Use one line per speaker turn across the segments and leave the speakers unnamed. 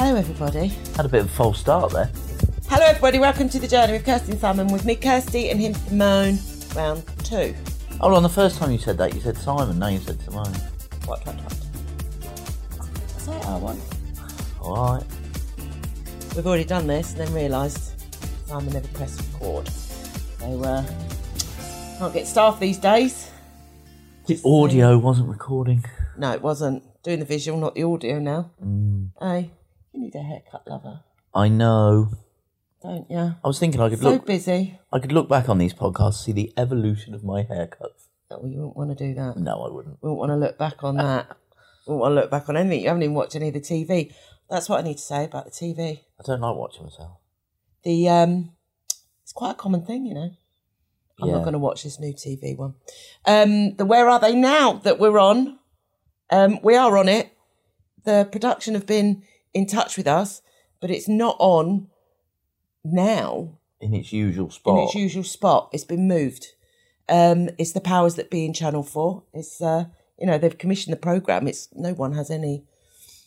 everybody.
Had a bit of a false start there.
Hello, everybody. Welcome to the journey with Kirsty and Simon. With me, Kirsty, and him, Simone. Round two.
Hold on, the first time you said that, you said Simon. Now you said Simone.
What? What? What? Say it, I want.
All right.
We've already done this, and then realised Simon never pressed record. So uh, can't get staff these days.
The audio wasn't recording.
No, it wasn't. Doing the visual, not the audio now. Hey, you need a haircut, lover,
Mm. I know.
don't you?
I was thinking I could
So
look.
busy.
I could look back on these podcasts, see the evolution of my haircuts.
Oh, you wouldn't want to do that.
No, I wouldn't.
We won't want to look back on that. we won't want to look back on anything. You haven't even watched any of the TV. That's what I need to say about the TV.
I don't like watching myself.
The um, it's quite a common thing, you know. I'm
Yeah.
not going to watch this new TV one. Um, the Where Are They Now that we're on. Um, we are on it. The production have been in touch with us, but it's not on now
In its usual
in
spot.
its usual spot. It's been moved. Um, it's the powers that be in Channel Four. It's uh, you know they've commissioned the program. It's no one has any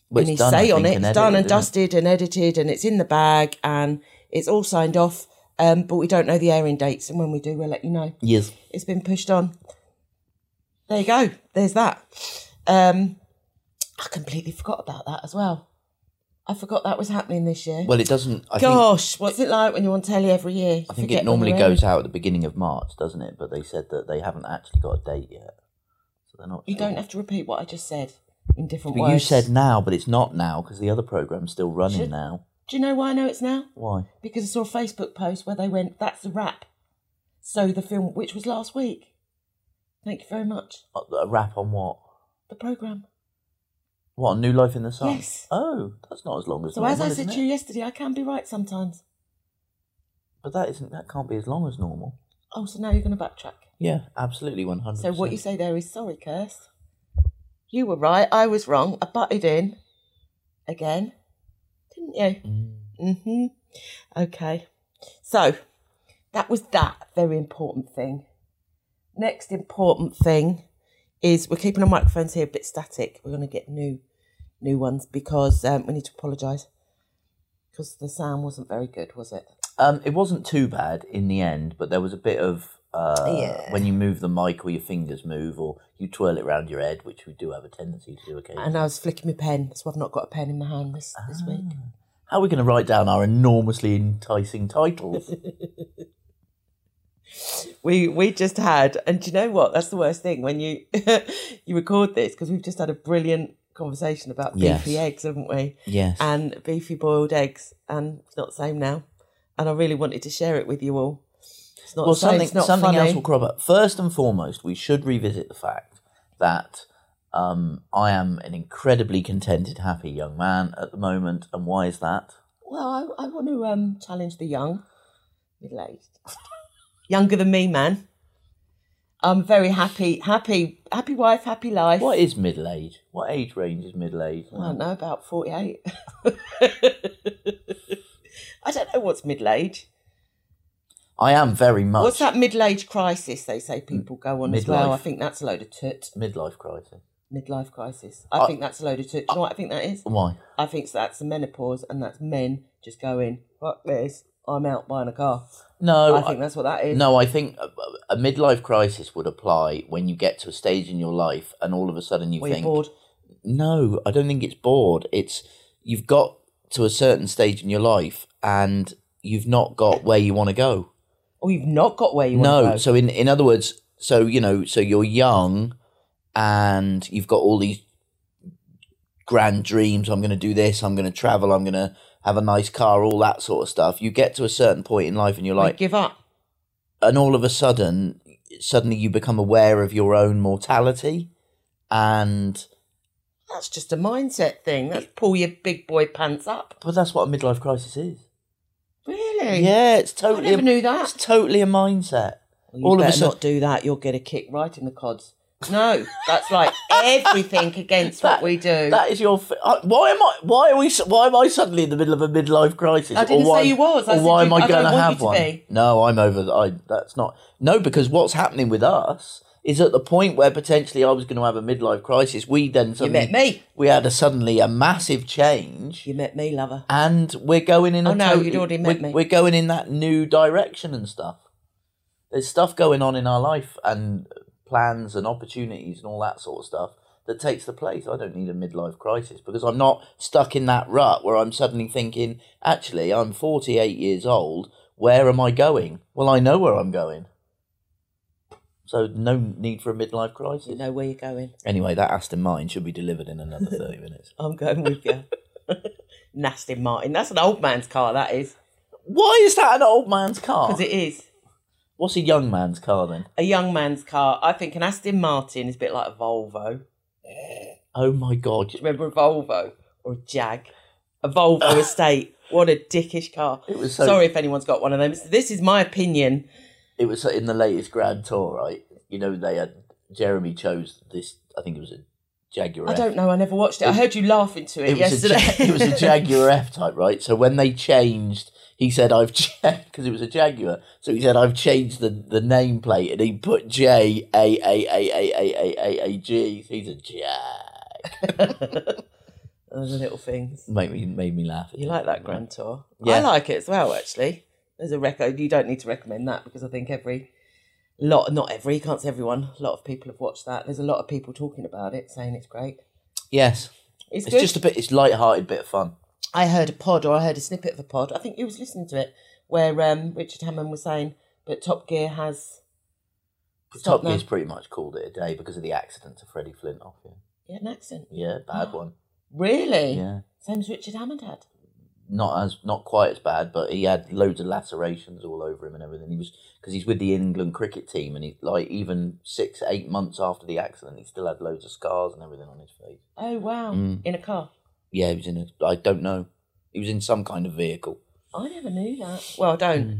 Well, it's
any
done, I
say on
think,
it. It's
and
done and
edited, isn't it?
dusted and edited, and it's in the bag, and it's all signed off. Um, but we don't know the airing dates, and when we do, we'll let you know.
Yes.
It's been pushed on. There you go. There's that. Um, I completely forgot about that as well. I forgot that was happening this year.
Well, it doesn't. I think,
Gosh, what's it like when you're on telly every year? You
I think
forget
it
when
normally
you're airing.
goes out at the beginning of March, doesn't it? But they said that they haven't actually got a date yet, so they're not.
You
sure.
don't have to repeat what I just said in different
But
words.
you said now, but it's not now because the other program's still running
Should-
now.
Do you know why I know it's now?
Why?
Because I saw a Facebook post where they went, "That's the wrap." So the film, which was last week. Thank you very much.
A a wrap on what?
The program.
What? New Life in the Sun?
Yes.
Oh, that's not as long as.
So
normal,
as I
isn't
said
it?
to you yesterday, I can be right sometimes.
but that isn't. That can't be as long as normal.
Oh, so now you're going to backtrack.
Yeah, absolutely, one hundred.
So what you say there is, sorry, Kirst. You were right. I was wrong. I butted in again, didn't you? Mm-hmm. Okay. So that was that very important thing. Next important thing is we're keeping our microphones here a bit static. We're going to get new, new ones because um, we need to apologise because the sound wasn't very good, was it?
Um, it wasn't too bad in the end, but there was a bit of uh,
Yeah.
when you move the mic or your fingers move or you twirl it round your head, which we do have a tendency to do occasionally.
And I was flicking my pen. That's why I've not got a pen in my hand this, this week.
How are we going to write down our enormously enticing titles?
We we just had, and do you know what? That's the worst thing when you you record this because we've just had a brilliant conversation about beefy
Yes.
eggs, haven't we?
yes.
And beefy boiled eggs, and it's not the same now. And I really wanted to share it with you all. It's not
well,
the same.
something
It's not
something
funny.
else will crop up. First and foremost, we should revisit the fact that um, I am an incredibly contented, happy young man at the moment. And why is that?
Well, I, I want to um, challenge the young, middle aged, younger than me, man. I'm very happy, happy, happy wife, happy life.
What is middle age? What age range is middle age?
I don't know, about 48. I don't know what's middle age.
I am very much
What's that middle age crisis they say people go on as well?
midlife.
I think that's a load of toot.
midlife crisis.
Midlife crisis. I
I-
think that's a load of toot. Do you know what I think that is?
Why?
I think that's the menopause and that's men just going, fuck this, I'm out buying a car.
No,
I think that's what that is.
No, I think a, a midlife crisis would apply when you get to a stage in your life and all of a sudden you
Well, you're
think,
bored.
no, I don't think it's bored. It's you've got to a certain stage in your life and you've not got where you want to go.
Or you've not got where you want to
No,
go.
so in in other words, so you know, so you're young and you've got all these grand dreams. I'm going to do this. I'm going to travel. I'm going to have a nice car. All that sort of stuff. You get to a certain point in life and you're
Like,
like,
give up.
and all of a sudden suddenly you become aware of your own mortality and
That's just a mindset thing. That's pull your big boy pants up.
but that's what a midlife crisis is
Really?
yeah it's
I
totally
never
a,
knew that.
it's totally a mindset
Well, you
all of a
better
sudden
not do that. You'll get a kick right in the cods. No, that's like everything against what
That-
we do.
That is your. Fi- I- why am I? Why are we? s- Why am I suddenly in the middle of a midlife crisis?
I didn't
why,
say you was. I
or
said
why
you-
am I,
I don't
going
want
to
you
have
to
one?
be.
No, I'm over. th- I. That's not. No, because what's happening with us is at the point where potentially I was going to have a midlife crisis. We then
you
suddenly
met me.
we had a suddenly a massive change,
You met me, lover.
and we're going in.
Oh,
a
no,
totally-
you'd already met
we're,
me.
We're going in that new direction and stuff. There's stuff going on in our life and plans and opportunities and all that sort of stuff that takes the place. I don't need a midlife crisis because I'm not stuck in that rut where I'm suddenly thinking, actually, I'm 48 years old. Where am I going? Well, I know where I'm going. So no need for a midlife crisis.
You know where you're going.
Anyway, that Aston Martin should be delivered in another 30 minutes.
I'm going with you. Nasty Martin. That's an old man's car, that is.
Why is that an old man's car?
Because it is.
What's a young man's car then?
A young man's car. I think an Aston Martin is a bit like a Volvo.
Oh my god.
Do you remember a Volvo or a Jag? A Volvo estate. What a dickish car.
It was so
Sorry if anyone's got one of them. This is my opinion.
it was so- in the latest Grand Tour, right? You know they had Jeremy chose this I think it was a Jaguar
I
F.
don't know. I never watched it. I heard you laughing to it,
it was, a,
yesterday.
Ja- it was a Jaguar F type, right? So when they changed, he said, I've checked, because it was a Jaguar. So he said, I've changed the, the nameplate and he put J A A A A A A A A G. He's a Jag.
Those are little things.
Made me, made me laugh. It
You
did.
like that Grand Tour? I
Yeah.
like it as well, actually. There's a record. You don't need to recommend that because I think every lot, not every, you can't say everyone, a lot of people have watched that. There's a lot of people talking about it, saying it's great.
Yes.
It's,
It's
good.
just a bit, it's light-hearted bit of fun.
I heard a pod or I heard a snippet of a pod. I think you was listening to it where um, Richard Hammond was saying, but Top Gear has.
Top
stopped now.
Gear's pretty much called it a day because of the accident to Freddie Flintoff. Yeah,
Yeah, an accent.
yeah bad one.
Really?
Yeah,
Same as Richard Hammond had.
not as not quite as bad, but he had loads of lacerations all over him and everything. He was because he's with the England cricket team, and he like even six eight months after the accident, he still had loads of scars and everything on his face.
Oh, wow.
Mm.
In a car.
Yeah, he was in a. I don't know. He was in some kind of vehicle.
I never knew that. Well, I don't.
Hmm.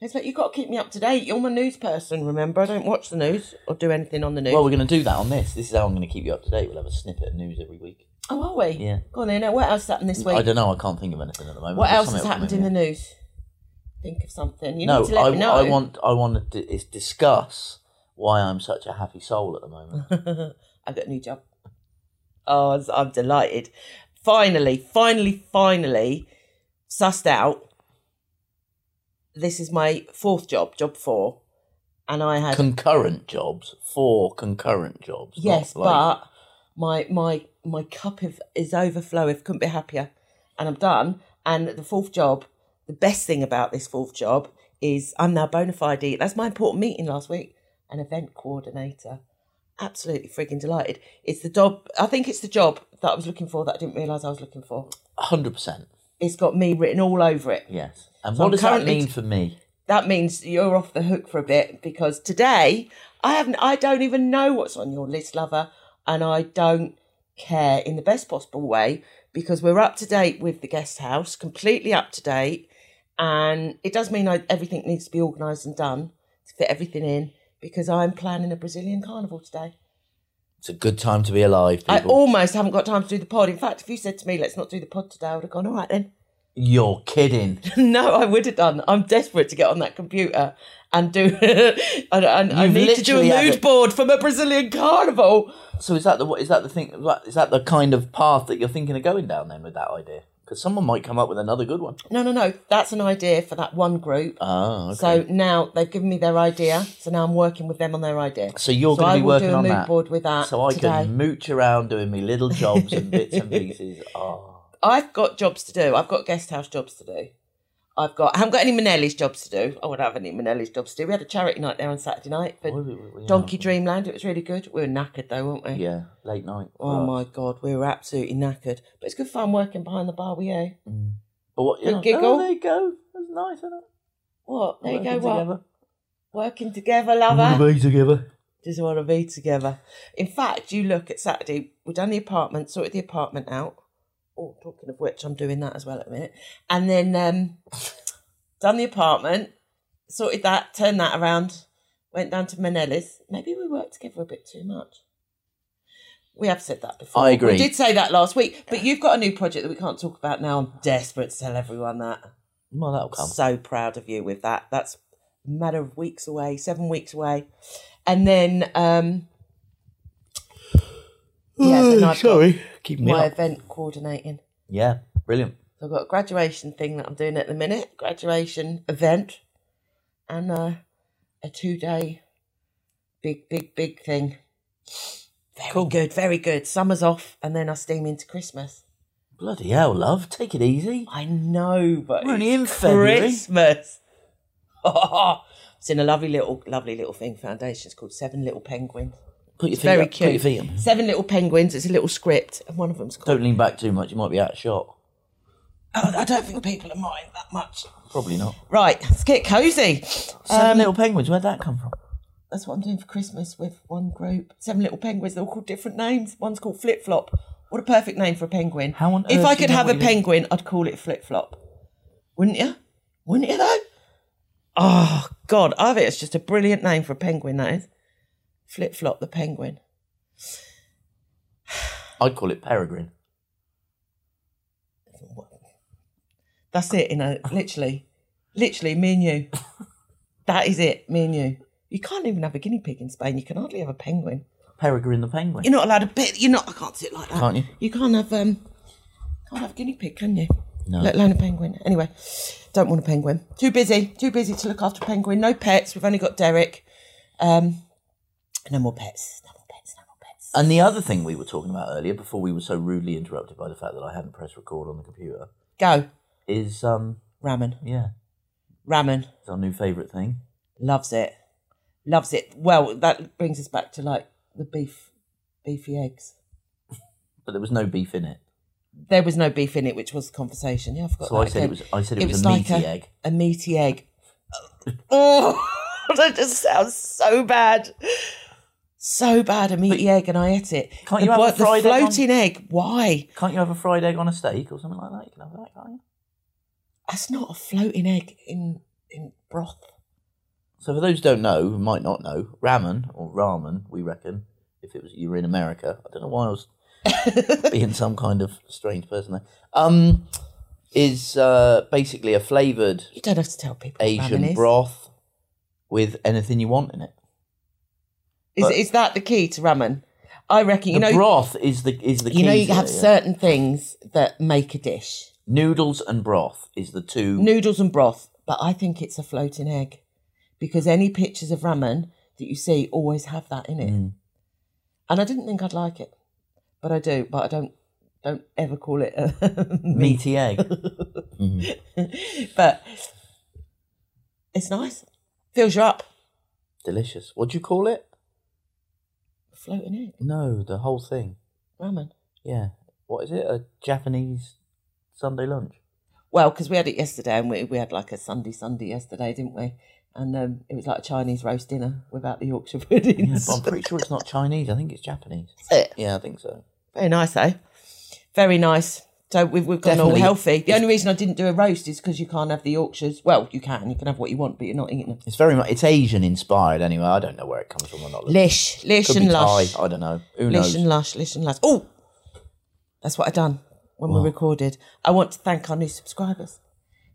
It's like, you've got to keep me up to date. You're my news person, remember? I don't watch the news or do anything on the news.
Well, we're going to do that on this. This is how I'm going to keep you up to date. We'll have a snippet of news every week.
oh, are we?
Yeah.
Go on then. Now, what else happened this
I
week?
don't know. I can't think of anything at the moment.
What
but
else has
something will
happened
come
in the news? Think of something. You
no,
need to let
I,
me know.
I want I want to d- is discuss why I'm such a happy soul at the moment.
I've got a new job. Oh, I was- I'm delighted. Finally, finally, finally, sussed out. This is my fourth job, job four. And I had
concurrent jobs, four concurrent jobs. not
Yes,
like-
but my my my cup of, is overflow. If couldn't be happier, and I'm done. And the fourth job, the best thing about this fourth job is I'm now bona fide. That's my important meeting last week. An event coordinator. Absolutely frigging delighted. It's the job. I think it's the job that I was looking for that I didn't realise I was looking for.
hundred percent.
It's got me written all over it.
Yes. And
So
what
I'm
does that
currently-
mean for me?
That means you're off the hook for a bit because today I haven't. I don't even know what's on your list, lover, and I don't care in the best possible way because we're up to date with the guest house, completely up to date, and it does mean I, everything needs to be organised and done to fit everything in because I'm planning a Brazilian carnival today.
It's a good time to be alive, people.
I almost haven't got time to do the pod. In fact, if you said to me, "Let's not do the pod today," I would have gone, "All right then."
You're kidding.
No, I would have done. I'm desperate to get on that computer and do. and, and I
You've
need to do a
literally had
mood
it.
board from a Brazilian carnival.
So is that the what is that the thing? what- Is that the kind of path that you're thinking of going down then with that idea? Because someone might come up with another good one.
No, no, no. That's an idea for that one group.
Oh, okay.
So now they've given me their idea. So now I'm working with them on their idea.
So you're
So
going
I
to be
will do
working
a
on
mood
that,
board with that
so I
today.
can mooch around doing me little jobs and bits and pieces. Oh.
I've got jobs to do. I've got guest house jobs to do. I've got. I haven't got any Manelli's jobs to do. I wouldn't have any Manelli's jobs to do. We had a charity night there on Saturday night for
Well, we- we- we-
Donkey Dreamland. It was really good. We were knackered though, weren't we?
Yeah, late night.
Oh
for
my
us.
god, we were absolutely knackered. But it's good fun working behind the bar eh? with you.
Mm. But what, you
Good
know,
giggle.
Oh, there you go. That's nice, isn't it?
What? There you
Working
go, what?
together.
Working together, lover.
Wanna be together.
Just want to be together. In fact, you look at Saturday, we done the apartment, sorted the apartment out. Oh, talking of which, I'm doing that as well at a minute. And then um, done the apartment, sorted that, turned that around. went down to Manella's. Maybe we worked together a bit too much. We have said that before.
I agree.
We did say that last week, but you've got a new project that we can't talk about now. I'm desperate to tell everyone that.
Well, that'll come.
So proud of you with that. That's a matter of weeks away, seven weeks away. And then, um, yeah, then I've got
sorry. Keep me
my
up.
event coordinating.
Yeah, brilliant.
So I've got a graduation thing that I'm doing at the minute, graduation event, and uh, a two day big, big, big thing. Very
Cool.
good, very good. Summer's off, and then I steam into Christmas.
Bloody hell, love. Take it easy.
I know, but
We're only
it's
in February.
Christmas. it's in a lovely little, lovely little thing. Foundation. It's called Seven Little Penguins.
Put your feet
Very
up.
cute.
Put your feet up.
Seven Little Penguins. It's a little script, and one of them's called.
Don't lean back too much. You might be out of shot.
Oh, I don't think people are mind that much.
Probably not.
Right, let's get cozy. Um,
Seven little penguins. Where'd that come from?
that's what I'm doing for Christmas with one group. Seven little penguins. They're all called different names. One's called Flip Flop. What a perfect name for a penguin.
How on
if
earth
I
do
could
you know
have
what
a
it is?
penguin, I'd call it Flip Flop. Wouldn't you? Wouldn't you though? Oh God, I think it's just a brilliant name for a penguin. That is Flip Flop the penguin.
I'd call it peregrine.
That's it. You know, literally, literally, me and you. That is it. Me and you. You can't even have a guinea pig in Spain. You can hardly have a penguin.
Peregrine the penguin.
You're not allowed a bit. You're not. I can't sit like that.
Can't you?
You can't have um, can't have a guinea pig, can you?
No.
Let alone a penguin. Anyway, don't want a penguin. Too busy. Too busy to look after a penguin. No pets. We've only got Derek. Um, no more pets. No more pets. No more pets.
And the other thing we were talking about earlier, before we were so rudely interrupted by the fact that I hadn't pressed record on the computer,
Go
is um
ramen.
yeah,
Ramen
it's our new favourite thing.
loves it. Loves it. Well, that brings us back to like the beef, beefy eggs.
But there was no beef in it,
There was no beef in it, which was the conversation. Yeah, I forgot.
so
that
I said
again.
it was. I said it, was, a
like
meaty egg.
A meaty egg. Oh, that just sounds so bad. So bad, a meaty egg, and I ate it.
Can't
the,
you have
boi-
a fried
the
egg on-
floating egg? Why?
Can't you have a fried egg on a steak or something like that? You can have that, can't you?
That's not a floating egg in in broth.
So for those who don't know, who might not know, ramen or ramen, we reckon, if it was you were in America, I don't know why I was being some kind of strange person there. Um, is uh, basically a flavoured
You don't have to tell people. what ramen
Asian
is.
broth with anything you want in it.
Is,
but-
is that the key to ramen? I reckon. You
the
know,
broth is the is the key
you know, you
to
have
it, yeah.
certain things that make a dish.
noodles and broth is the two.
noodles and broth, but I think it's a floating egg because any pictures of ramen that you see always have that in it.
Mm.
And I didn't think I'd like it, but I do. But I don't don't ever call it a meat.
meaty egg.
But it's nice, fills you up.
Delicious. What do you call it?
Floating egg
No, the whole thing.
ramen.
Yeah. What is it? A Japanese Sunday lunch.
Well, because we had it yesterday, and we we had like a Sunday Sunday yesterday, didn't we? And um, it was like a Chinese roast dinner without the Yorkshire
Yeah,
puddings.
but I'm pretty sure it's not Chinese. I think it's Japanese.
That's it.
Yeah, I think so.
Very nice, eh? Very nice. So we've, we've gone all
Definitely.
healthy. The only reason I didn't do a roast is because you can't have the Yorkshires. Well, you can. You can have what you want, but you're not eating them.
It's very much. It's Asian inspired anyway. I don't know where it comes from. I'm not looking.
Lish, lish
Could be
and lush.
Thai. I don't know. Who
Lish
knows?
and lush, lish and lush. Oh, that's what I done when we recorded. I want to thank our new subscribers.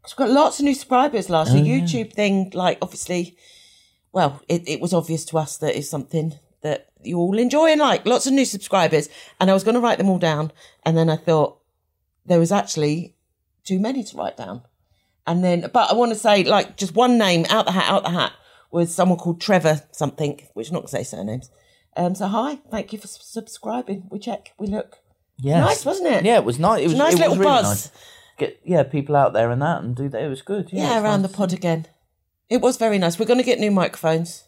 'Cause we've got lots of new subscribers last
Oh,
year. YouTube thing, like, obviously, well, it, it was obvious to us that it's something that you all enjoy and like. Lots of new subscribers. And I was going to write them all down. And then I thought there was actually too many to write down. And then, but I want to say, like, just one name out the hat, out the hat was someone called Trevor something, which I'm not going to say surnames. Um, so hi, thank you for s- subscribing. We check, we look.
Yes.
Nice, wasn't it?
Yeah, it was nice. It was
Nice
it was
little
really
buzz.
nice. Get yeah, people out there and that and do that. It was good. Yeah,
Yeah,
it's
around
nice.
the pod again. It was very nice. We're going to get new microphones.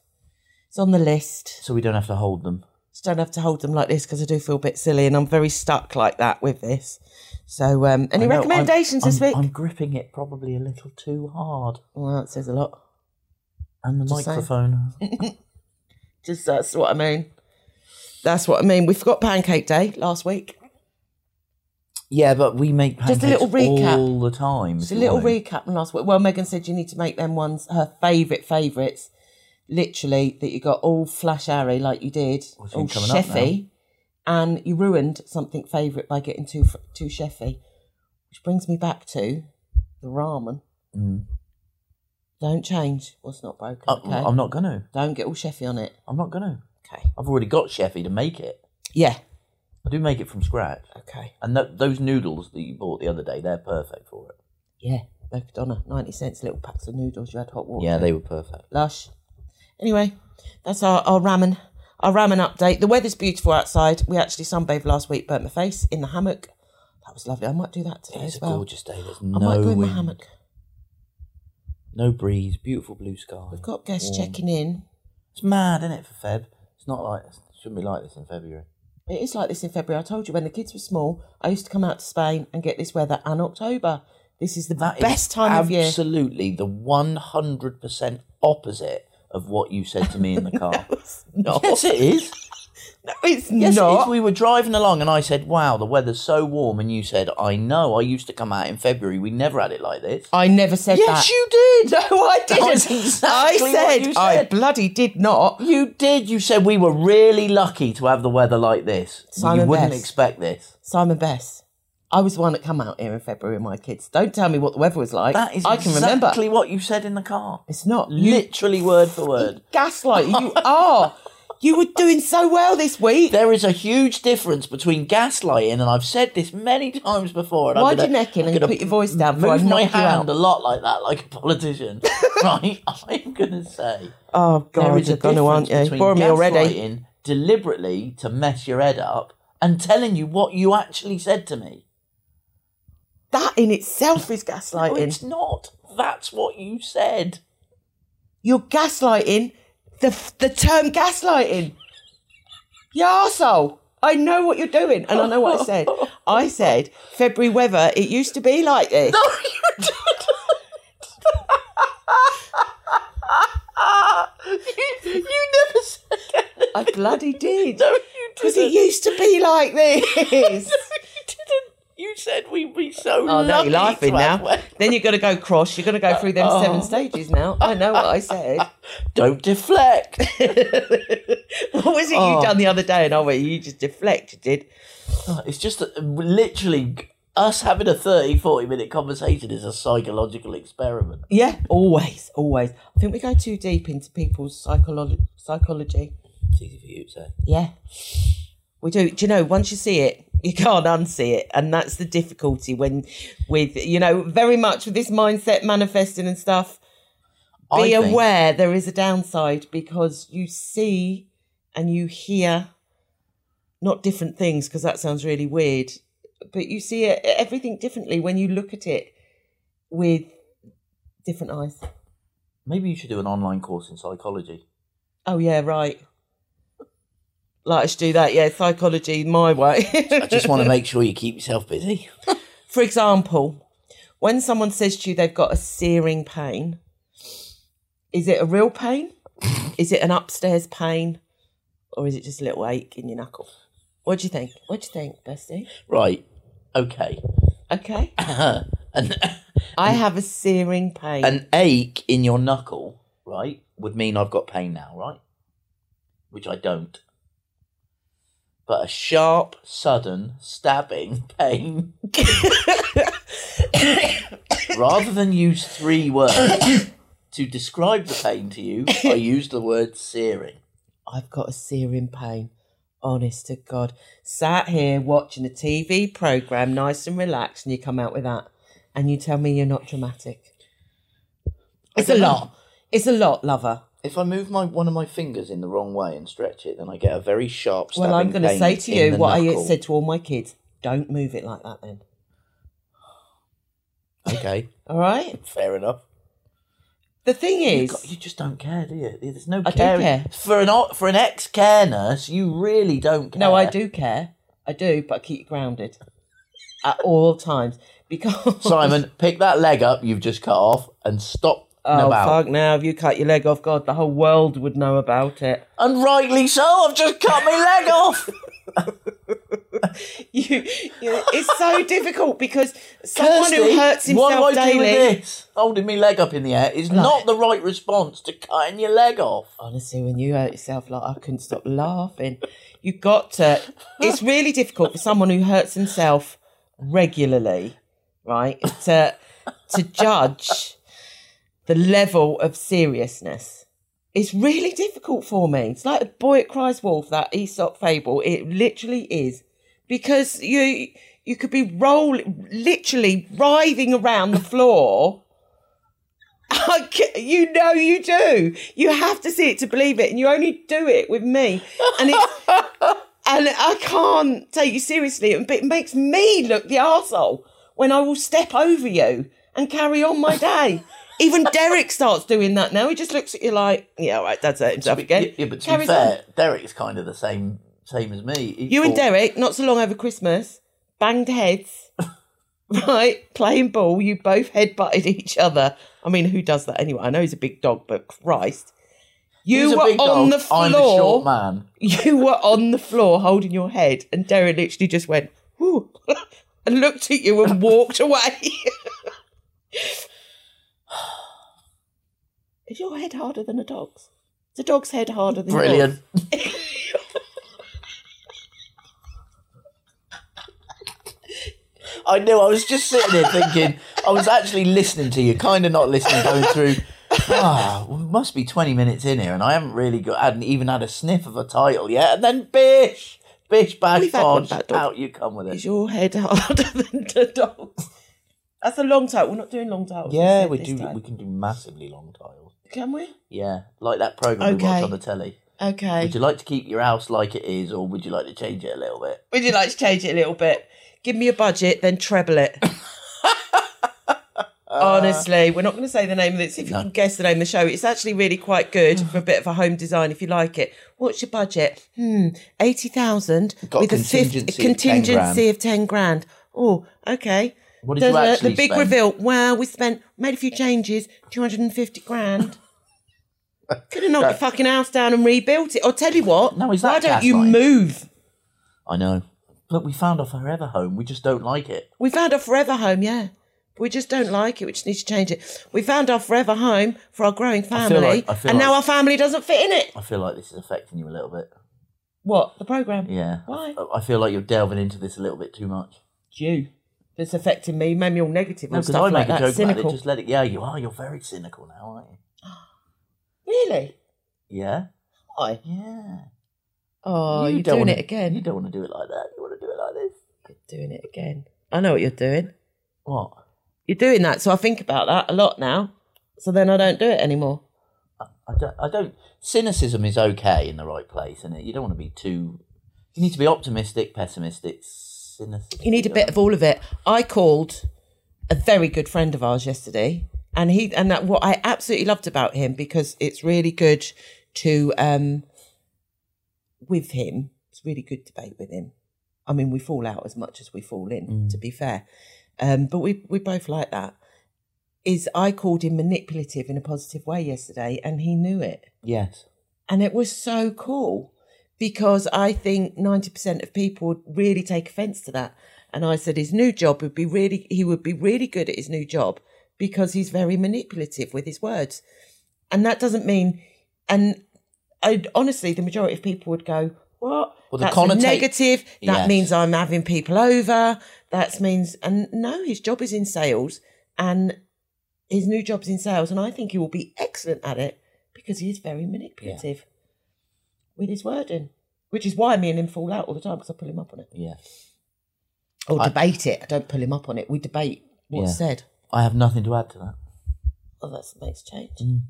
It's on the list.
So we don't have to hold them.
Just don't have to hold them like this because I do feel a bit silly and I'm very stuck like that with this. So, um, any
I know, I'm-
recommendations
I'm-
this week?
I'm gripping it probably a little too hard.
Well, that says a lot.
And the
Just saying.
microphone.
Just that's what I mean. That's what I mean. We forgot Pancake Day last week.
Yeah, but we make
Just
pancakes
a little recap.
all the time.
Just
if
a
you
little
like.
recap from last week. Well, Megan said you need to make them ones her favourite favourites, literally that you got all flash arrow like you did,
What's Oh, been
all
coming up now?
chefy, and you ruined something favourite by getting too fr- too chefy, which brings me back to the ramen.
Mm.
Don't change what's not broken.
I-
okay,
Uh, I'm not gonna.
don't get all chefy on it.
I'm not gonna.
Okay.
I've already got Sheffy to make it.
Yeah.
I do make it from scratch,
Okay.
and th- those noodles that you bought the other day, they're perfect for it.
Yeah. Mercadona, ninety cents, little packs of noodles. You had hot water.
Yeah, they were perfect.
lush. Anyway, that's our, our ramen our ramen update. The weather's beautiful outside. We actually sunbathed last week, burnt my face in the hammock. That was lovely. I might do that today
It's
as
a
well.
gorgeous day. There's
I might
no
go in my
wind,
hammock.
no breeze, beautiful blue sky.
We've got guests
Warm.
checking in.
It's mad, isn't it, for Feb? It's not like it shouldn't be like this in February.
It is like this in February. I told you when the kids were small, I used to come out to Spain and get this weather and October. This is the
That is
best time of year.
Absolutely, the one hundred percent opposite of what you said to me in the car.
not.
Yes, it is.
No, it's
Yes, it is.
not.
We were driving along, and I said, "Wow, the weather's so warm," and you said, "I know. I used to come out in February. We never had it like this."
I never said
Yes,
that.
you did.
no, I
That was exactly
I
what
said,
you
I
said.
bloody did not.
You did. You said we were really lucky to have the weather like this.
Simon
you wouldn't
Best.
expect this.
Simon Bess. I was the one that come out here in February with my kids. Don't tell me what the weather was like.
That is
I can
exactly
remember.
what you said in the car.
It's not. You
Literally word for word.
gaslight. You are. You were doing so well this week.
There is a huge difference between gaslighting, and I've said this many times before. And I'm
Why do you
gonna-
neck in
I'm
and
gonna
put your voice down before I
Move my
knock you out?
hand a lot like that, like a politician. right? I'm gonna say
Oh
there
God,
is a
you're gonna
difference
aren't you?
between
Bore me already.
gaslighting deliberately to mess your head up and telling you what you actually said to me.
That in itself is
No,
gaslighting.
it's not. That's what you said.
You're gaslighting. The the term gaslighting. You arsehole. I know what you're doing, and I know what I said. I said February weather. It used to be like this.
No, you didn't. you, you never said that.
I bloody did.
No, you
Because it
didn't.
used to be like this.
you didn't. You said we'd be so
oh, no,
lucky
you're laughing
to have
now.
weather.
Then you've got to go cross. You've got to go through them seven
Oh.
stages now. I know what I said.
Don't deflect.
what was it
Oh.
you done the other day? And I went, you just deflected it.
it's just that, uh, literally us having a 30, 40 minute conversation is a psychological experiment.
Yeah, always, always. I think we go too deep into people's psycholo- psychology.
It's easy for you to say.
Yeah. We do. Do you know, once you see it, you can't unsee it. And that's the difficulty when, with, you know, very much with this mindset manifesting and stuff,
I
be
think-
aware there is a downside because you see and you hear not different things because that sounds really weird but you see it, everything differently when you look at it with different eyes
Maybe you should do an online course in psychology.
oh yeah right like i should do that yeah psychology my way
I just want to make sure you keep yourself busy.
for example when someone says to you they've got a searing pain is it a real pain is it an upstairs pain or is it just a little ache in your knuckle what do you think what do you think bestie
Right. Okay.
okay
an,
i have a searing pain
an ache in your knuckle, right, would mean I've got pain now, right? Which I don't. But a sharp, sudden, stabbing pain. Rather than use three words to describe the pain to you, I use the word searing.
I've got a searing pain. Honest to God. Sat here watching a TV program, nice and relaxed, and you come out with that. And you tell me you're not dramatic. It's a
don't know.
lot. It's a lot, lover.
If I move my one of my fingers in the wrong way and stretch it, then I get a very sharp stabbing
Well, I'm going to
pain
say to
in
you
the
what I
knuckle.
said to all my kids don't move it like that then.
Okay,
All right?
fair enough.
The thing
You,
is,
got- you just don't care, do you? There's no
I do
caring.
care.
For an o- for an ex care nurse, you really don't care.
no, I do care. I do, but I keep you grounded at all times because.
Simon, pick that leg up you've just cut off and stop
Oh,
about.
fuck now. If you cut your leg off, God, the whole world would know about it.
And rightly so, I've just cut my leg off.
you, you- it's so difficult because someone
Kirsty,
who hurts himself
what do I do
daily.
with this? Holding me leg up in the air is not the right response to cutting your leg off.
Honestly, when you hurt yourself, like I couldn't stop laughing. You got to. It's really difficult for someone who hurts himself regularly, right? To to judge the level of seriousness. It's really difficult for me. It's like the boy at cries wolf, that Aesop fable. It literally is because you you could be roll literally writhing around the floor. I ca- you know you do. You have to see it to believe it, and you only do it with me. And it's and I can't take you seriously, and it makes me look the arsehole when I will step over you and carry on my day. Even Derek starts doing that now. He just looks at you like, yeah, all right, that's it. Himself again.
Yeah, yeah, but to be
Carries on.
fair, Derek's kind of the same same as me. He
You and
thought-
Derek, not so long over Christmas, banged heads, right? Playing ball. You both head butted each other. I mean, who does that anyway? I know he's a big dog, but Christ. You
He's a
were on
big dog,
the
I'm a short
floor.
man.
You were on the floor holding your head, and Derek literally just went, Ooh, and looked at you and walked away. Is your head harder than a dog's? Is a dog's head harder than yours?
Brilliant. I knew. I was just sitting there thinking. I was actually listening to you, kind of not listening, going through. Ah, we must be twenty minutes in here, and I haven't really got, hadn't even had a sniff of a title yet. And then bish, bish, bash,
We've had one
bodge,
bad dog.
out you come with
Is
it.
your head harder than the dog's? That's a long title. We're not doing long titles.
Yeah,
said
we
this
do.
time.
We can do massively long titles.
Can we?
Yeah, like that program we
Okay.
watch on the telly.
Okay.
Would you like to keep your house like it is, or would you like to change it a little bit?
Would you like to change it a little bit? Give me a budget, then treble it. Honestly, we're not going to say the name of it. See if you can guess the name of the show. It's actually really quite good for a bit of a home design if you like it. What's your budget? Hmm, 80,000
Got
with a,
contingency of 10
contingency
grand.
of 10 grand. Oh, okay.
What did you
the,
actually
the big
spend?
reveal. Well, we spent, made a few changes, 250 grand. Could have knocked your fucking house down and rebuilt it. Or tell you what,
Now, is
why
that
don't you
gaslighting?
move?
I know. Look, we found our forever home. We just don't like it.
We found our forever home, yeah. We just don't like it. We just need to change it. We found our forever home for our growing
feel
family,
like- I feel
and now
like-
our family doesn't fit in it.
I feel like this is affecting you a little bit.
What the program?
Yeah.
Why?
I, I feel like you're delving into this a little bit too much.
You that's affecting me. Made me all negative and
Because
stuff
I
like
make a
that.
joke
Cynical,
about it. Just let it. Yeah, you are. You're very cynical now, aren't
really?
you? Yeah.
Why?
Yeah.
Oh, you are
don't
doing
wanna,
it again.
You don't want to do it like that. You want to do it like this.
You're doing it again. I know what you're doing.
What?
You're doing that, so I think about that a lot now. So then I don't do it anymore.
I don't. I don't. Cynicism is okay in the right place, and you don't want to be too. You need to be optimistic, pessimistic, cynicism.
You need a bit of all of it. I called a very good friend of ours yesterday, and he and that what I absolutely loved about him because it's really good to um with him. It's really good debate with him. I mean, we fall out as much as we fall in, to be fair. Um, but we we both like that. Is I called him manipulative in a positive way yesterday, and he knew it.
Yes.
And it was so cool because I think 90% of people would really take offense to that. And I said his new job would be really, he would be really good at his new job because he's very manipulative with his words. And that doesn't mean, and I, honestly, the majority of people would go, what?
Well, the
That's
connotate-
a negative. That
Yes.
means I'm having people over. That means, and no, his job is in sales and his new job's in sales. And I think he will be excellent at it because he is very manipulative with his wording, which is why me and him fall out all the time because I pull him up on it
Yes.
or
I-
debate it. I don't pull him up on it. We debate what's
Yeah.
said.
I have nothing to add to that.
Oh, that's makes change.
Mm.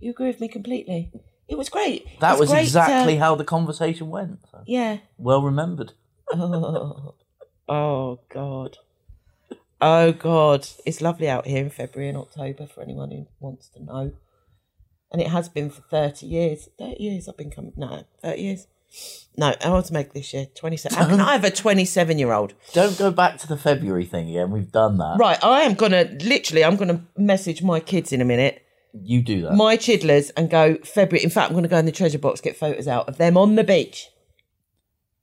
You agree with me completely. It was great.
That
It's
was
great uh, to-
exactly how the conversation went. So,
yeah.
well remembered.
Oh, oh God. Oh God. It's lovely out here in February and October for anyone who wants to know. And it has been for 30 years. 30 years I've been coming. No, 30 years. No, I want to make this year 27. How can I have a 27 year old?
Don't go back to the February thing again. We've done that.
Right, I am going to literally, I'm going to message my kids in a minute,
You do that.
my chidlers, and go February. In fact, I'm going to go in the treasure box, get photos out of them on the beach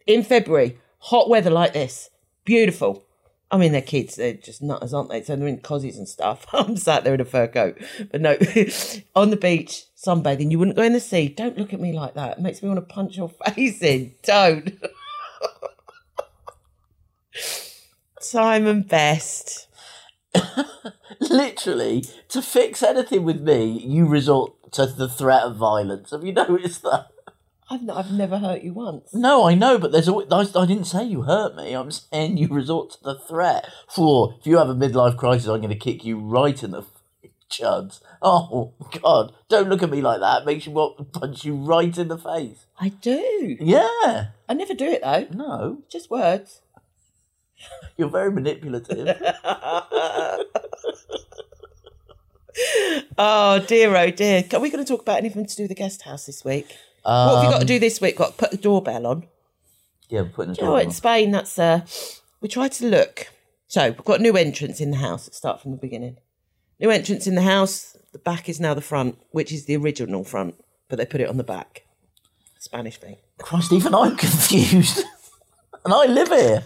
in February. hot weather like this. Beautiful. I mean, they're kids, they're just nutters, aren't they? So they're in cozies and stuff. I'm sat there in a fur coat. But no, on the beach, sunbathing, you wouldn't go in the sea. Don't look at me like that. It makes me want to punch your face in. Don't. Simon Best.
Literally, to fix anything with me, you resort to the threat of violence. Have you noticed that?
I've, not, I've never hurt you once.
No, I know, but there's always, I, I didn't say you hurt me. I'm saying you resort to the threat. For if you have a midlife crisis, I'm going to kick you right in the f- chuds. Oh God! Don't look at me like that. It makes you want to punch you right in the face.
I do.
Yeah.
I never do it though.
No,
Just words.
you're very manipulative.
oh dear, oh dear. Are we going to talk about anything to do with the guest house this week? what have you got to do this week? Got to put the doorbell on.
Yeah, I'm putting a
Oh,
door
in Spain, that's uh, we try to look. So we've got new entrance in the house. Let's start from the beginning. New entrance in the house. The back is now the front, which is the original front, but they put it on the back. Spanish thing.
on. Christ, even I'm confused. and I live here.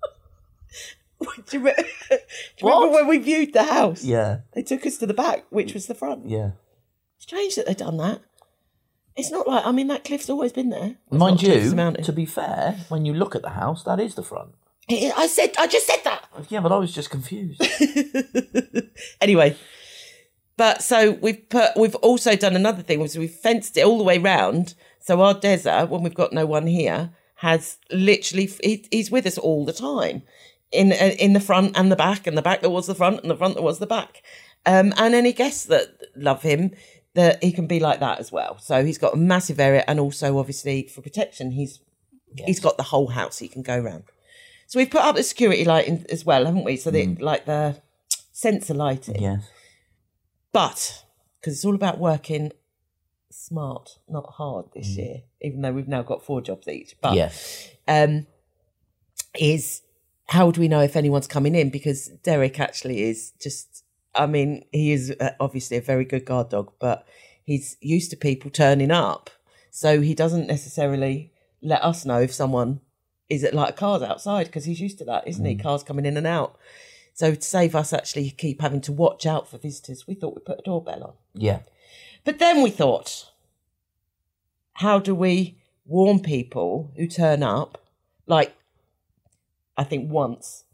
do you, re- do you remember
What?
when we viewed the house?
Yeah,
They took us to the back, which was the front.
yeah.
Strange that they've done that. It's not like I mean that cliff's always been there. It's
Mind
not cliff, it's
you,
a mountain.
to be fair, when you look at the house, that is the front.
I I said I just said that.
Yeah, but I was just confused.
anyway, but so we've put we've also done another thing was we've fenced it all the way round. So our Deza, when we've got no one here, has literally he, he's with us all the time, in in the front and the back and the back that was the front and the front that was the back, um, and any guests that love him. That he can be like that as well. So he's got a massive area, and also obviously for protection, he's he's got the whole house he can go round. So we've put up the security lighting as well, haven't we? So that like the sensor lighting.
yes.
But because it's all about working smart, not hard this year, even though we've now got four jobs each. But
Yes.
um, is how do we know if anyone's coming in? Because Derek actually is just, I mean, he is uh, obviously a very good guard dog, but he's used to people turning up. So he doesn't necessarily let us know if someone is at like cars outside because he's used to that, isn't he? Cars coming in and out. So to save us actually keep having to watch out for visitors, we thought we'd put a doorbell on.
Yeah.
But then we thought, how do we warn people who turn up? Like, I think once,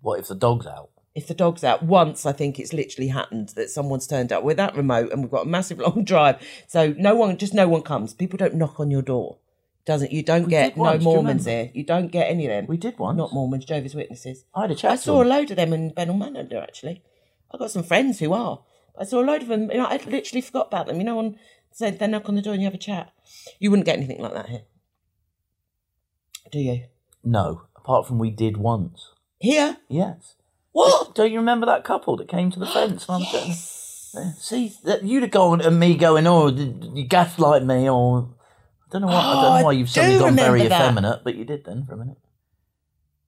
What if the dog's out?
if the dog's out, once I think it's literally happened that someone's turned up. We're that remote and we've got a massive long drive. So no one, just no one comes. People don't knock on your door. Doesn't you don't get
did
no
once, do you
Mormons
remember?
here. You don't get any of them.
We did one.
Not Mormons, Jehovah's Witnesses.
I had a chat.
I
to
saw a
him.
load of them in Benel Manor there, actually. I've got some friends who are. I saw a load of them. You know, I literally forgot about them. You know, on said they knock on the door and you have a chat. You wouldn't get anything like that here, do you?
No, apart from we did once.
Here,
Yes.
what?
Don't you remember that couple that came to the fence?
Oh,
And I'm sitting- See, that you'd have gone and me going, oh, did you gaslight me, or I don't know what. I
Oh,
don't
I
know why you've suddenly
do
gone very
remember that.
effeminate, but you did then for a minute.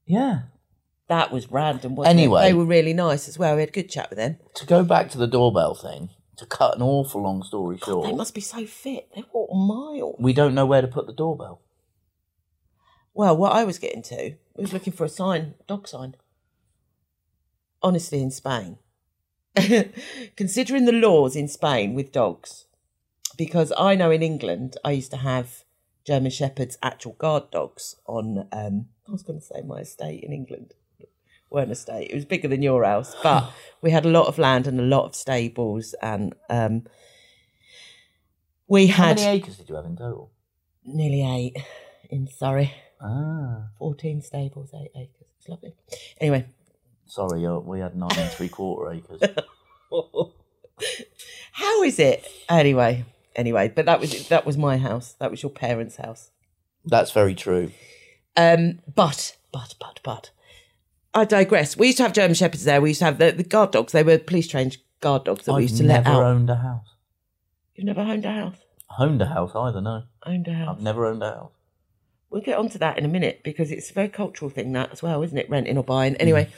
Yeah.
That was random. Wasn't it?
Anyway.
they were really nice as well. We had a good chat with them.
To go back to the doorbell thing, to cut an awful long story short,
They must be so fit. They walk miles.
we don't know where to put the doorbell.
Well, what I was getting to, I was looking for a sign, dog sign. Honestly, in Spain, considering the laws in Spain with dogs, because I know in England I used to have German Shepherds, actual guard dogs on. Um, I was going to say my estate in England, weren't an estate. It was bigger than your house, but we had a lot of land and a lot of stables, and um, we
How
had
many acres did you have in total?
nearly eight in Surrey.
Ah,
14 stables, eight acres. It's lovely. Anyway,
sorry, uh, we had nine and three quarter acres.
how is it? Anyway, anyway, but that was that was my house. That was your parents' house.
That's very true.
Um, but but but but I digress. We used to have German shepherds there. We used to have the, the guard dogs. They were police trained guard dogs that we
I've
used to
never
let out.
owned a house.
You've never owned a house.
Owned a house either? No,
Owned a house.
I've never owned a house.
We'll get onto that in a minute because it's a very cultural thing that as well, isn't it? Renting or buying. Anyway,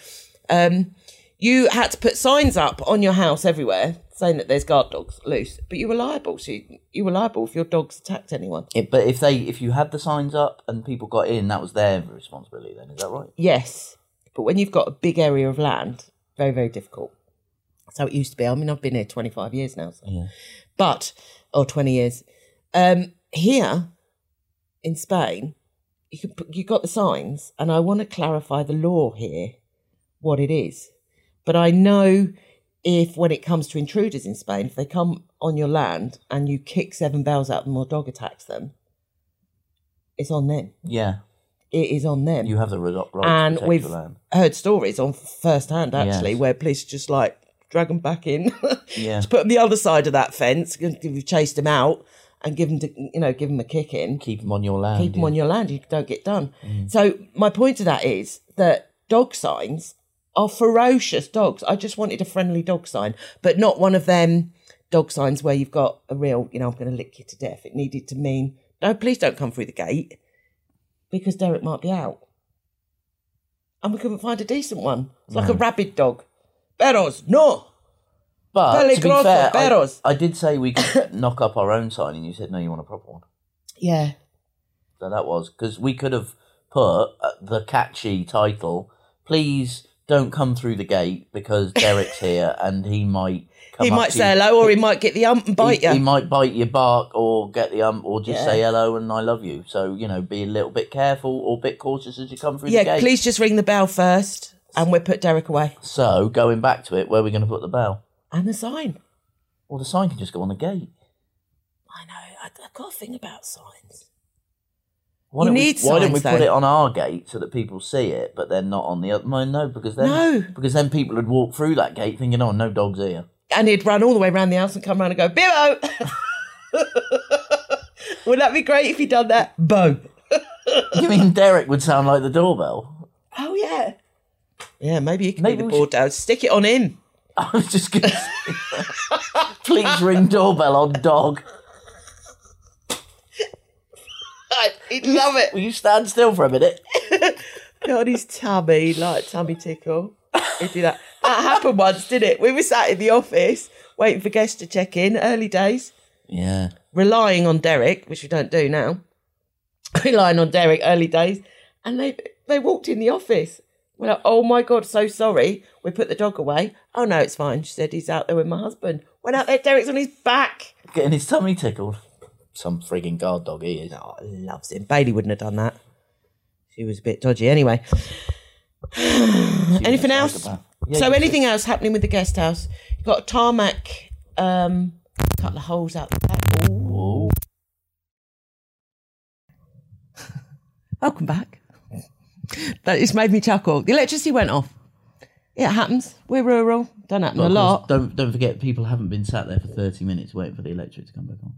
um, you had to put signs up on your house everywhere saying that there's guard dogs loose, but you were liable. So you, you were liable if your dogs attacked anyone.
It, but if they if you had the signs up and people got in, that was their responsibility. Then is that right?
Yes, but when you've got a big area of land, very very difficult. So it used to be. I mean, I've been here twenty five years now. So.
Yeah.
but or 20 years um here in spain you can put, you got the signs and i want to clarify the law here what it is but i know if when it comes to intruders in spain if they come on your land and you kick seven bells at them or dog attacks them it's on them
Yeah,
it is on them
you have the right right
And
to protect
we've-
your land.
heard stories on first hand actually
Yes.
where police just like drag them back in
Yeah.
just put them the other side of that fence and you've chased them out and give them to, you know give them a kick in
Keep them on your land.
keep them on your land you don't get done
Mm.
so my point to that is that dog signs are ferocious dogs i just wanted a friendly dog sign but not one of them dog signs where you've got a real you know i'm going to lick you to death it needed to mean no please don't come through the gate because derek might be out and we couldn't find a decent one it's like a rabid dog Perros, no
But to be
Peligroso,
fair, I,
perros.
I did say we could knock up our own sign, and you said no, you want a proper one.
yeah
So that was because we could have put uh, the catchy title. Please don't come through the gate because Derek's here, and he might. Come
he
up
might
to
say
you.
hello or he might get the ump and bite
he,
you
he might bite your bark or get the ump or just
Yeah.
say hello and I love you. So, you know, be a little bit careful or a bit cautious as you come through the
yeah
gate.
please just ring the bell first and we'll put derek away
So, going back to it, where are we going to put the bell?
and the sign
Well, the sign can just go on the gate.
I know. I, I got a thing about signs.
Why
You
don't
need
we, Why don't we
signs,
put
though.
it on our gate so that people see it, but they're not on the other? No, no, because then
No.
because then people would walk through that gate thinking, oh, no dogs here.
And he'd run all the way around the house and come round and go, Bimbo! Wouldn't that be great if he'd done that? Bo.
you mean Derek would sound like the doorbell?
Oh, yeah. Yeah, maybe you can
Maybe
do the
we
board down. Stick it on him.
I was just going to say, please ring doorbell on dog.
He'd love it.
Will you stand still for a minute?
Put it on his tummy, like tummy tickle. He'd do that. That happened once, didn't it? We were sat in the office waiting for guests to check in, early days.
Yeah.
relying on Derek, which we don't do now, relying on Derek early days, and they they walked in the office. We're like, oh my god, so sorry. We put the dog away. Oh no, it's fine. She said he's out there with my husband. Went out there, Derek's on his back.
Getting his tummy tickled. Some frigging guard dog he is.
Oh, loves him. Bailey wouldn't have done that. She was a bit dodgy anyway. anything else? so anything else happening with the guest house? You've got a tarmac, um, couple of holes out the back. Ooh.
Ooh.
Welcome back. That just made me chuckle. The electricity went off. It happens. We're rural. Don't happen a lot.
Don't don't forget, people haven't been sat there for thirty minutes waiting for the electric to come back on.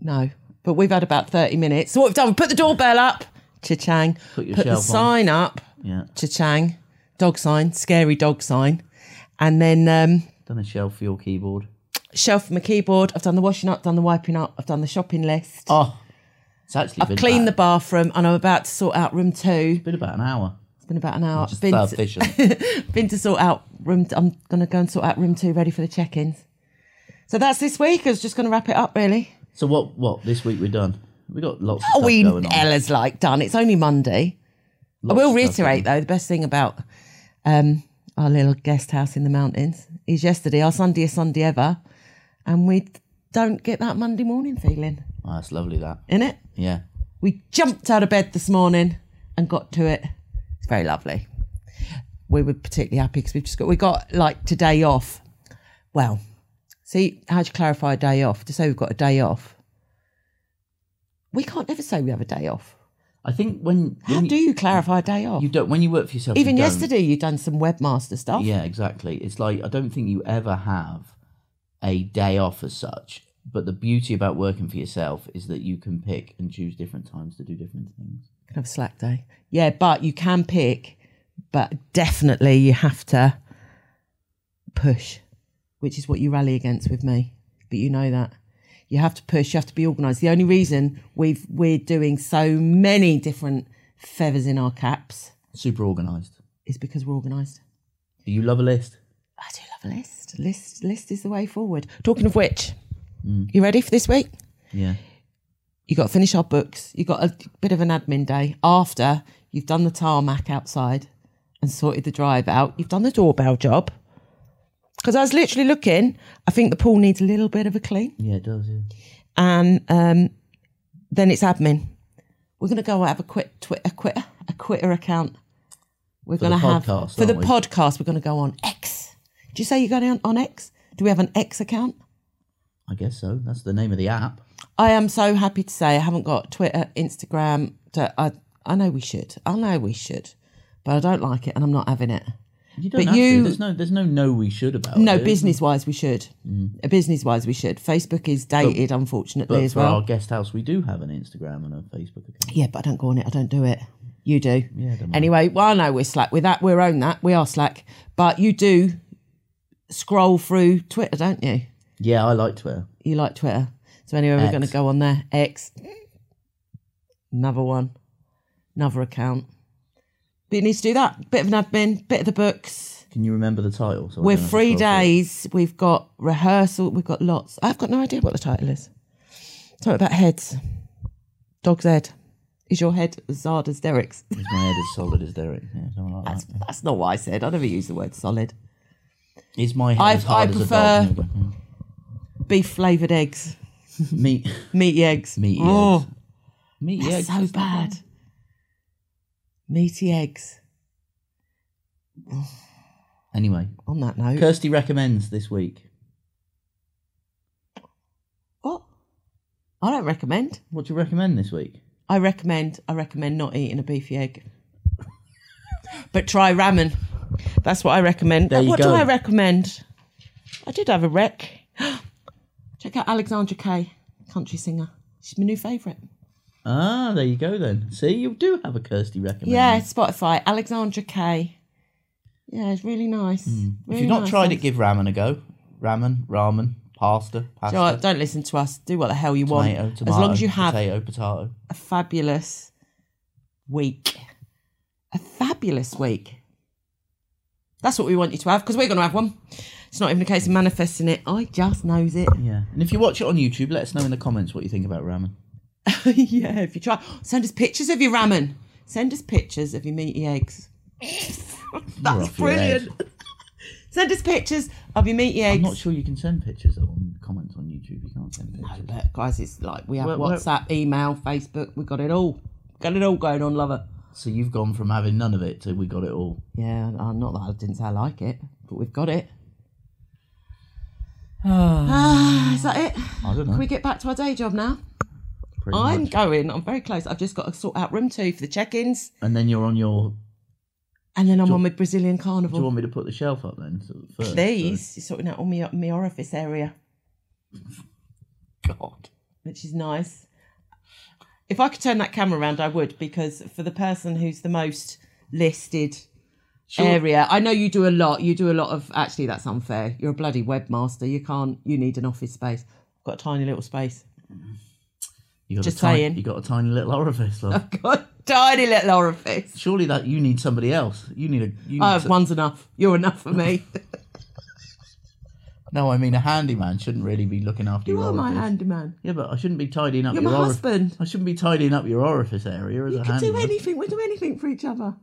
No, but we've had about 30 minutes. So what we've done, we put the doorbell up, cha-chang.
Put your
the
shelf on.
sign up,
Yeah,
cha-chang. Dog sign, scary dog sign. And then um,
done a shelf for your keyboard.
shelf from a keyboard. I've done the washing up, done the wiping up. I've done the shopping list.
Oh, it's actually been
Cleaned the
about,
bathroom and I'm about to sort out room two.
the been about an hour.
It's been about an hour.
Just
Been
third
to-
vision.
been to sort out room. I'm gonna go and sort out room two, ready for the check-ins. So that's this week. I was just gonna wrap it up, really.
so what? What this week we're done. We got lots. Of
Oh,
stuff
we
going on.
Ella's like done. It's only Monday.
Lots
I will
of stuff
reiterate though, the best thing about um, our little guest house in the mountains is yesterday, our Sunday is Sunday ever, and we don't get that Monday morning feeling
Oh, that's lovely. That.
in it.
Yeah.
We jumped out of bed this morning and got to it. It's very lovely. We were particularly happy because we've just got we got like today off. Well, see how do you clarify a day off? To say we've got a day off, we can't ever say we have a day off.
I think when,
How
when
do you clarify a day off?
you don't when you work for yourself,
Even
you don't-
yesterday, you done some webmaster stuff.
Yeah, exactly. It's like I don't think you ever have a day off as such. But the beauty about working for yourself is that you can pick and choose different times to do different things.
Can have a slack day. Yeah, but you can pick, but definitely you have to push, which is what you rally against with me. But you know that. You have to push, you have to be organised. The only reason we've we're doing so many different feathers in our caps
Super organised.
is because we're organised.
Do you love a list?
I do love a list. List list is the way forward. Talking of which, you ready for this week?
Yeah.
you got to finish our books. You got a bit of an admin day after you've done the tarmac outside and sorted the drive out. You've done the doorbell job. Because I was literally looking, I think the pool needs a little bit of a clean,
Yeah, it does. Yeah.
and um, then it's admin. We're gonna go have a quit, twi- a quitter, a quitter account. We're
the
gonna have
podcast,
for the
aren't we?
podcast. We're gonna go on X. Do you say you're going on, on X? Do we have an X account?
I guess so. That's the name of the app.
I am so happy to say I haven't got Twitter, Instagram. d- I I know we should. I know we should, but I don't like it, and I'm not having it.
You don't
But
have
you-
to. There's no. There's no. No, we should about.
No,
it.
business wise, we should. Business wise, we should. Facebook is dated, unfortunately,
Mm. But
as
for
well.
our guest house, we do have an Instagram and a Facebook account.
Yeah, but I don't go on it. I don't do it. You do.
I don't
anyway, well, I know we're slack with that. We're on that. We are slack, but you do scroll through Twitter, don't you?
Yeah, I like Twitter.
You like Twitter. So anyway, we're
X.
going to go on there. X. Another one. Another account. But you need to do that. Bit of an admin, bit of the books.
Can you remember the title? So I
We're
don't have to
three
scroll through it.
days. We've got rehearsal. We've got lots. I've got no idea what the title is. Something about heads. Dog's head. Is your head as hard as Derek's?
Is My head as solid as Derek. Yeah, something like
That's,
that.
that's not what I said. I never use the word solid.
Is my head
I-
as hard
I
as a dog?
Beef flavoured eggs.
Meat.
Meaty eggs.
Meaty
Oh.
eggs. Meat.
That's
eggs,
so
that's not
bad. Meaty eggs.
Anyway,
On that note,
Kirsty recommends this week.
what? I don't recommend.
What do you recommend this week?
I recommend. I recommend not eating a beefy egg, but try ramen. That's what I recommend.
There you
what do
go.
I recommend? I did have a rec. Check out Alexandra Kay, country singer. She's my new favourite.
Ah, there you go then. See, you do have a Kirsty recommend.
Yeah, Spotify. Alexandra Kay. Yeah, it's really nice.
Hmm. If
Really
you've not
nice.
tried it, give ramen a go. Ramen, ramen, pasta, pasta,
Do you know what? don't listen to us. Do what the hell you
tomato,
want.
tomato,
as long as you have
potato, potato.
a fabulous week. A fabulous week. That's what we want you to have because we're going to have one. It's not even a case of manifesting it. I just knows it.
Yeah. And if you watch it on YouTube, let us know in the comments what you think about ramen.
yeah, if you try, send us pictures of your ramen. Send us pictures of your meaty eggs.
You're
That's
off your
brilliant.
head.
Send us pictures of your meaty
I'm
eggs.
not sure you can send pictures though on comments on YouTube. You can't send pictures.
But guys, it's like we have
Well, well-
WhatsApp, email, Facebook. We got it all. Got it all going on, lover.
So you've gone from having none of it to we got it all.
Yeah, uh, not that I didn't say I like it, but we've got it. Ah, is that it?
I don't know.
Can we get back to our day job now?
pretty
I'm
much.
going. I'm very close. I've just got to sort out room two for the check-ins,
And then you're on your.
and then I'm on my Brazilian
Do you
carnival.
want me to put the shelf up then? So first,
Please, you're sorting out all my, my orifice area,
So- God.
which is nice. If I could turn that camera around, I would because for the person who's the most listed
Sure.
area, I know you do a lot. You do a lot of. Actually, that's unfair. You're a bloody webmaster. You can't. You need an office space. I've got a tiny little space.
You got
Just
a tiny,
saying.
You got a tiny little orifice. Love.
God, tiny little orifice.
Surely that you need somebody else. You need a. You need
I have
so-
one's enough. You're enough for me.
No, I mean a handyman shouldn't really be looking after
you
your
are my
orifice.
handyman.
Yeah, but I shouldn't be tidying up
You're
your
my
orif-
husband.
I shouldn't be tidying up your orifice area as a
You can do
handyman.
anything. We do anything for each other.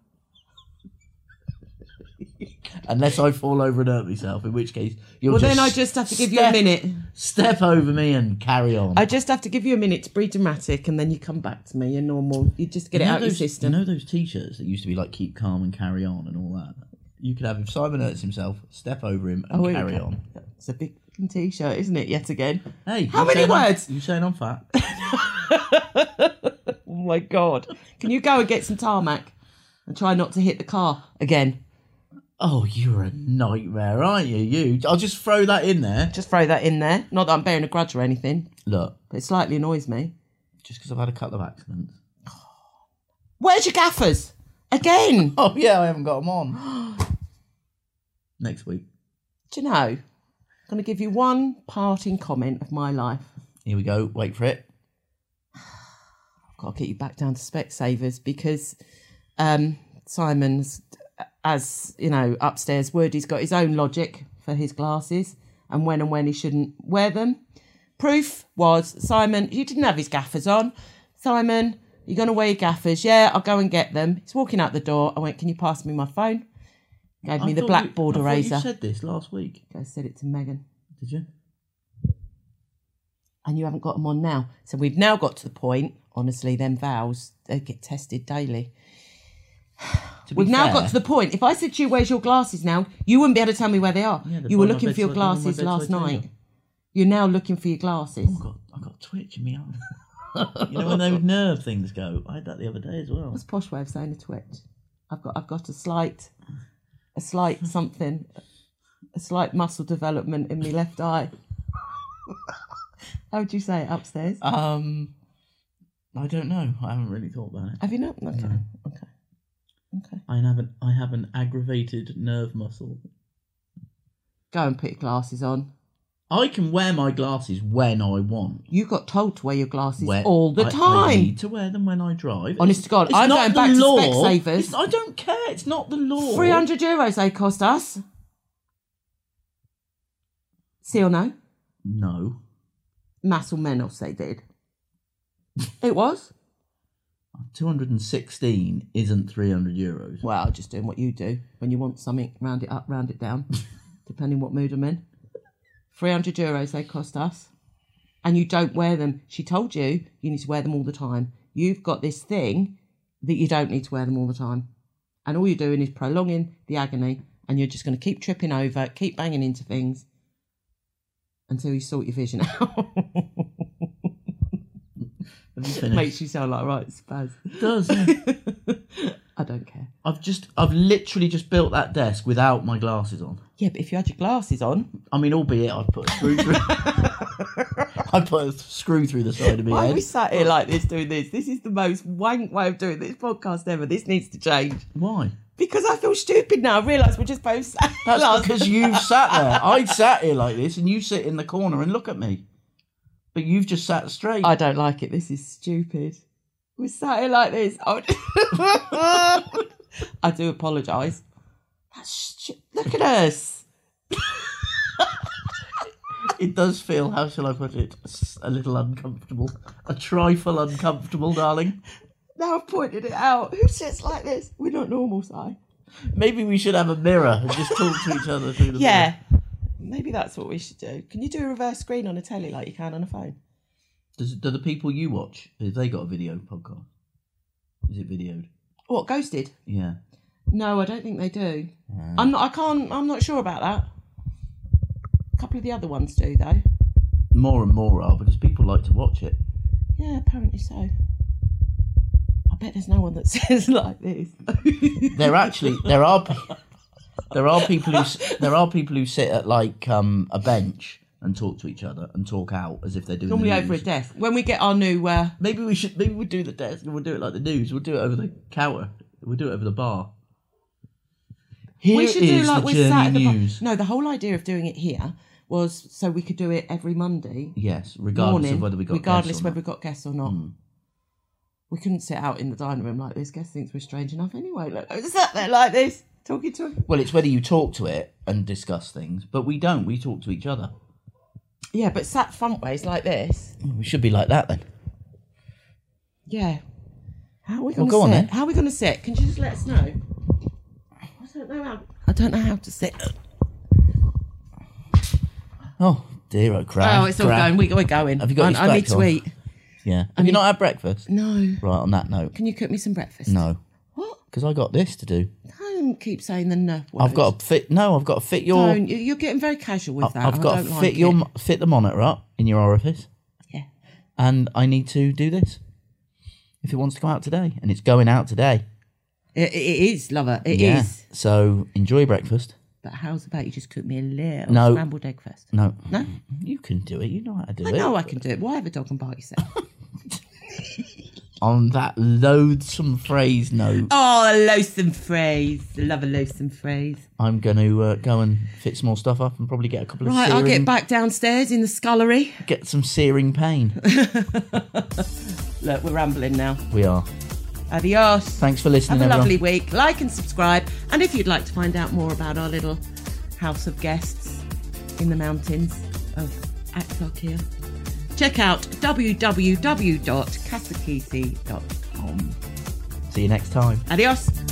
Unless I fall over and hurt myself, in which case you'll
Well,
just
then I just have to give you a
step-
minute.
Step over me and carry on.
I just have to give you a minute to breathe dramatic, and then you come back to me. You're normal. You just get it
You know
out of your
those-
system.
You know those T-shirts that used to be like "Keep calm and carry on" and all that. You could have if Simon hurts himself, step over him and
Oh, here we
carry
go.
on.
It's a big T-shirt, isn't it? Yet again.
Hey,
How
you
many
saying I'm-
words?
You saying I'm fat?
Oh my god! Can you go and get some tarmac and try not to hit the car again?
Oh, you're a nightmare, aren't you? You. I'll just throw that in there.
Just throw that in there. Not that I'm bearing a grudge or anything,
Look,
but it slightly annoys me.
just because I've had a couple of accidents.
Where's your gaffers? Again?
Oh yeah, I haven't got them on. Next week.
Do you know? I'm going to give you one parting comment of my life.
Here we go. Wait for it.
I've got to get you back down to Specsavers because um, Simon's as you know, upstairs Wood, he's got his own logic for his glasses and when and when he shouldn't wear them. Proof was Simon, he didn't have his gaffers on. Simon, you're going to wear your gaffers. Yeah, I'll go and get them. He's walking out the door. I went, Can you pass me my phone? Gave me the blackboard eraser.
You said this last week,
I said it to Megan.
did you?
and you haven't got them on now. So we've now got to the point, honestly, them vows, they get tested daily.
To be
We've now
fair-
got to the point. If I said to you, Where's your glasses now? You wouldn't be able to tell me where they are.
Yeah, they're
you were
by my
looking for your
bedside- they're on my
glasses last
bedside
night.
table.
You're now looking for your glasses.
I got, I got a twitch in my arm. you know when those nerve things go? I had that the other day as well.
What's posh way of saying a twitch? I've got I've got a slight a slight something a slight muscle development in my left eye. How would you say it upstairs?
Um, I don't know. I haven't really thought about it.
Have you not? Okay. Okay. Okay.
I have an I have an aggravated nerve muscle.
Go and put your glasses on.
I can wear my glasses when I want.
You got told to wear your glasses
Where-
all the
I- I
time.
need to wear them when I drive.
Honest to God,
It's
I'm
not
going
the
back to
law.
Specsavers.
It's- I don't care. It's not the law.
300 euros they cost us. See or no?
No,
Mass or Menos they did. it was?
two hundred and sixteen isn't three hundred euros.
Well, just doing what you do. When you want something, round it up, round it down, depending what mood I'm in. 300 euros they cost us. And you don't wear them. She told you you need to wear them all the time. You've got this thing that you don't need to wear them all the time. And all you're doing is prolonging the agony. And you're just going to keep tripping over, keep banging into things until you sort your vision out.
Have you finished?
Makes you sound like a right spaz.
It does. yeah.
I don't care.
I've just I've literally just built that desk without my glasses on.
Yeah, but if you had your glasses on,
I mean, albeit I've put a screw through. I put a screw through the side of my
Why
head.
are we sat here like this doing this? This is the most wank way of doing this podcast ever. This needs to change.
Why?
Because I feel stupid now. I realise we're just both sat
That's
last-
because you've sat there. I sat here like this, and you sit in the corner and look at me. But you've just sat straight.
I don't like it. This is stupid. We're sat here like this. I I do apologise. That's stu- Look at us.
It does feel, how shall I put it, s- a little uncomfortable. A trifle uncomfortable, darling.
Now I've pointed it out. Who sits like this? We're not normal, Si.
Maybe we should have a mirror and just talk to each other through the mirror.
Yeah. Maybe that's what we should do. Can you do a reverse screen on a telly like you can on a phone?
Does, do the people you watch, have they got a video podcast? Is it videoed?
What, ghosted?
Yeah.
No, I don't think they do. I'm not. I can't. I'm not sure about that. A couple of the other ones do though.
More and more are, because people like to watch it.
Yeah, apparently so. I bet there's no one that says like this.
there actually there are pe- there are people who s- there are people who sit at like um a bench and talk to each other and talk out as if they're doing the
Normally over a
news.
desk. When we get our new, uh,
Maybe we should maybe we'll do the desk and we'll do it like the news. We'll do it over the counter. We'll do it over the bar. Here
we should
is
do like
the
we
journey
sat at the.
news.
No, the whole idea of doing it here was so we could do it every Monday
Yes, regardless
morning,
of whether we got
regardless
guests or
whether
not. Hmm.
we got guests or not. We couldn't sit out in the dining room like this. Guest thinks we're strange enough anyway. Look, I sat there like this, talking to him.
Well, it's whether you talk to it and discuss things, but we don't. We talk to each other.
Yeah, but sat front ways like this.
We should be like that then.
Yeah. How are we going
go on
to
then.
sit? How are we going to sit? Can you just let us know? I don't know how. I don't know how to sit.
Uh, Oh dear, oh crap!
Oh, it's all
crap.
going. We, we're going.
Have you got
I,
your
I need
spats
to
on?
eat.
Yeah. Have you not had breakfast?
No.
Right. On that note,
Can you cook me some breakfast?
no,
What?
because I got this to do.
Don't keep saying the no. Word.
I've got to fit. No, I've got to fit your.
Don't. You- You're getting very casual with that.
I've
and I
got to
don't
fit
like
your
it.
mo- fit the monitor up in your orifice,
Yeah.
and I need to do this if it wants to go out today, and it's going out today.
It, it is, lover. It is.
yeah. So enjoy breakfast.
But how's about you just cook me a little
No.
scrambled egg first?
No,
No.
you can do it. You know how to do
I
it.
know I can do it. Why have a dog and bite yourself?
On that loathsome phrase note,
oh, a loathsome phrase. I love a loathsome phrase.
I'm going to uh, go and fit some more stuff up and probably get a couple of
Right,
searing,
I'll get back downstairs in the scullery.
get some searing pain.
Look, we're rambling now.
we are.
Adios.
Thanks for listening,
Have a
everyone.
lovely week. Like and subscribe. And if you'd like to find out more about our little house of guests in the mountains of Axarkia, check out www.casakisi.com.
See you next time.
Adios.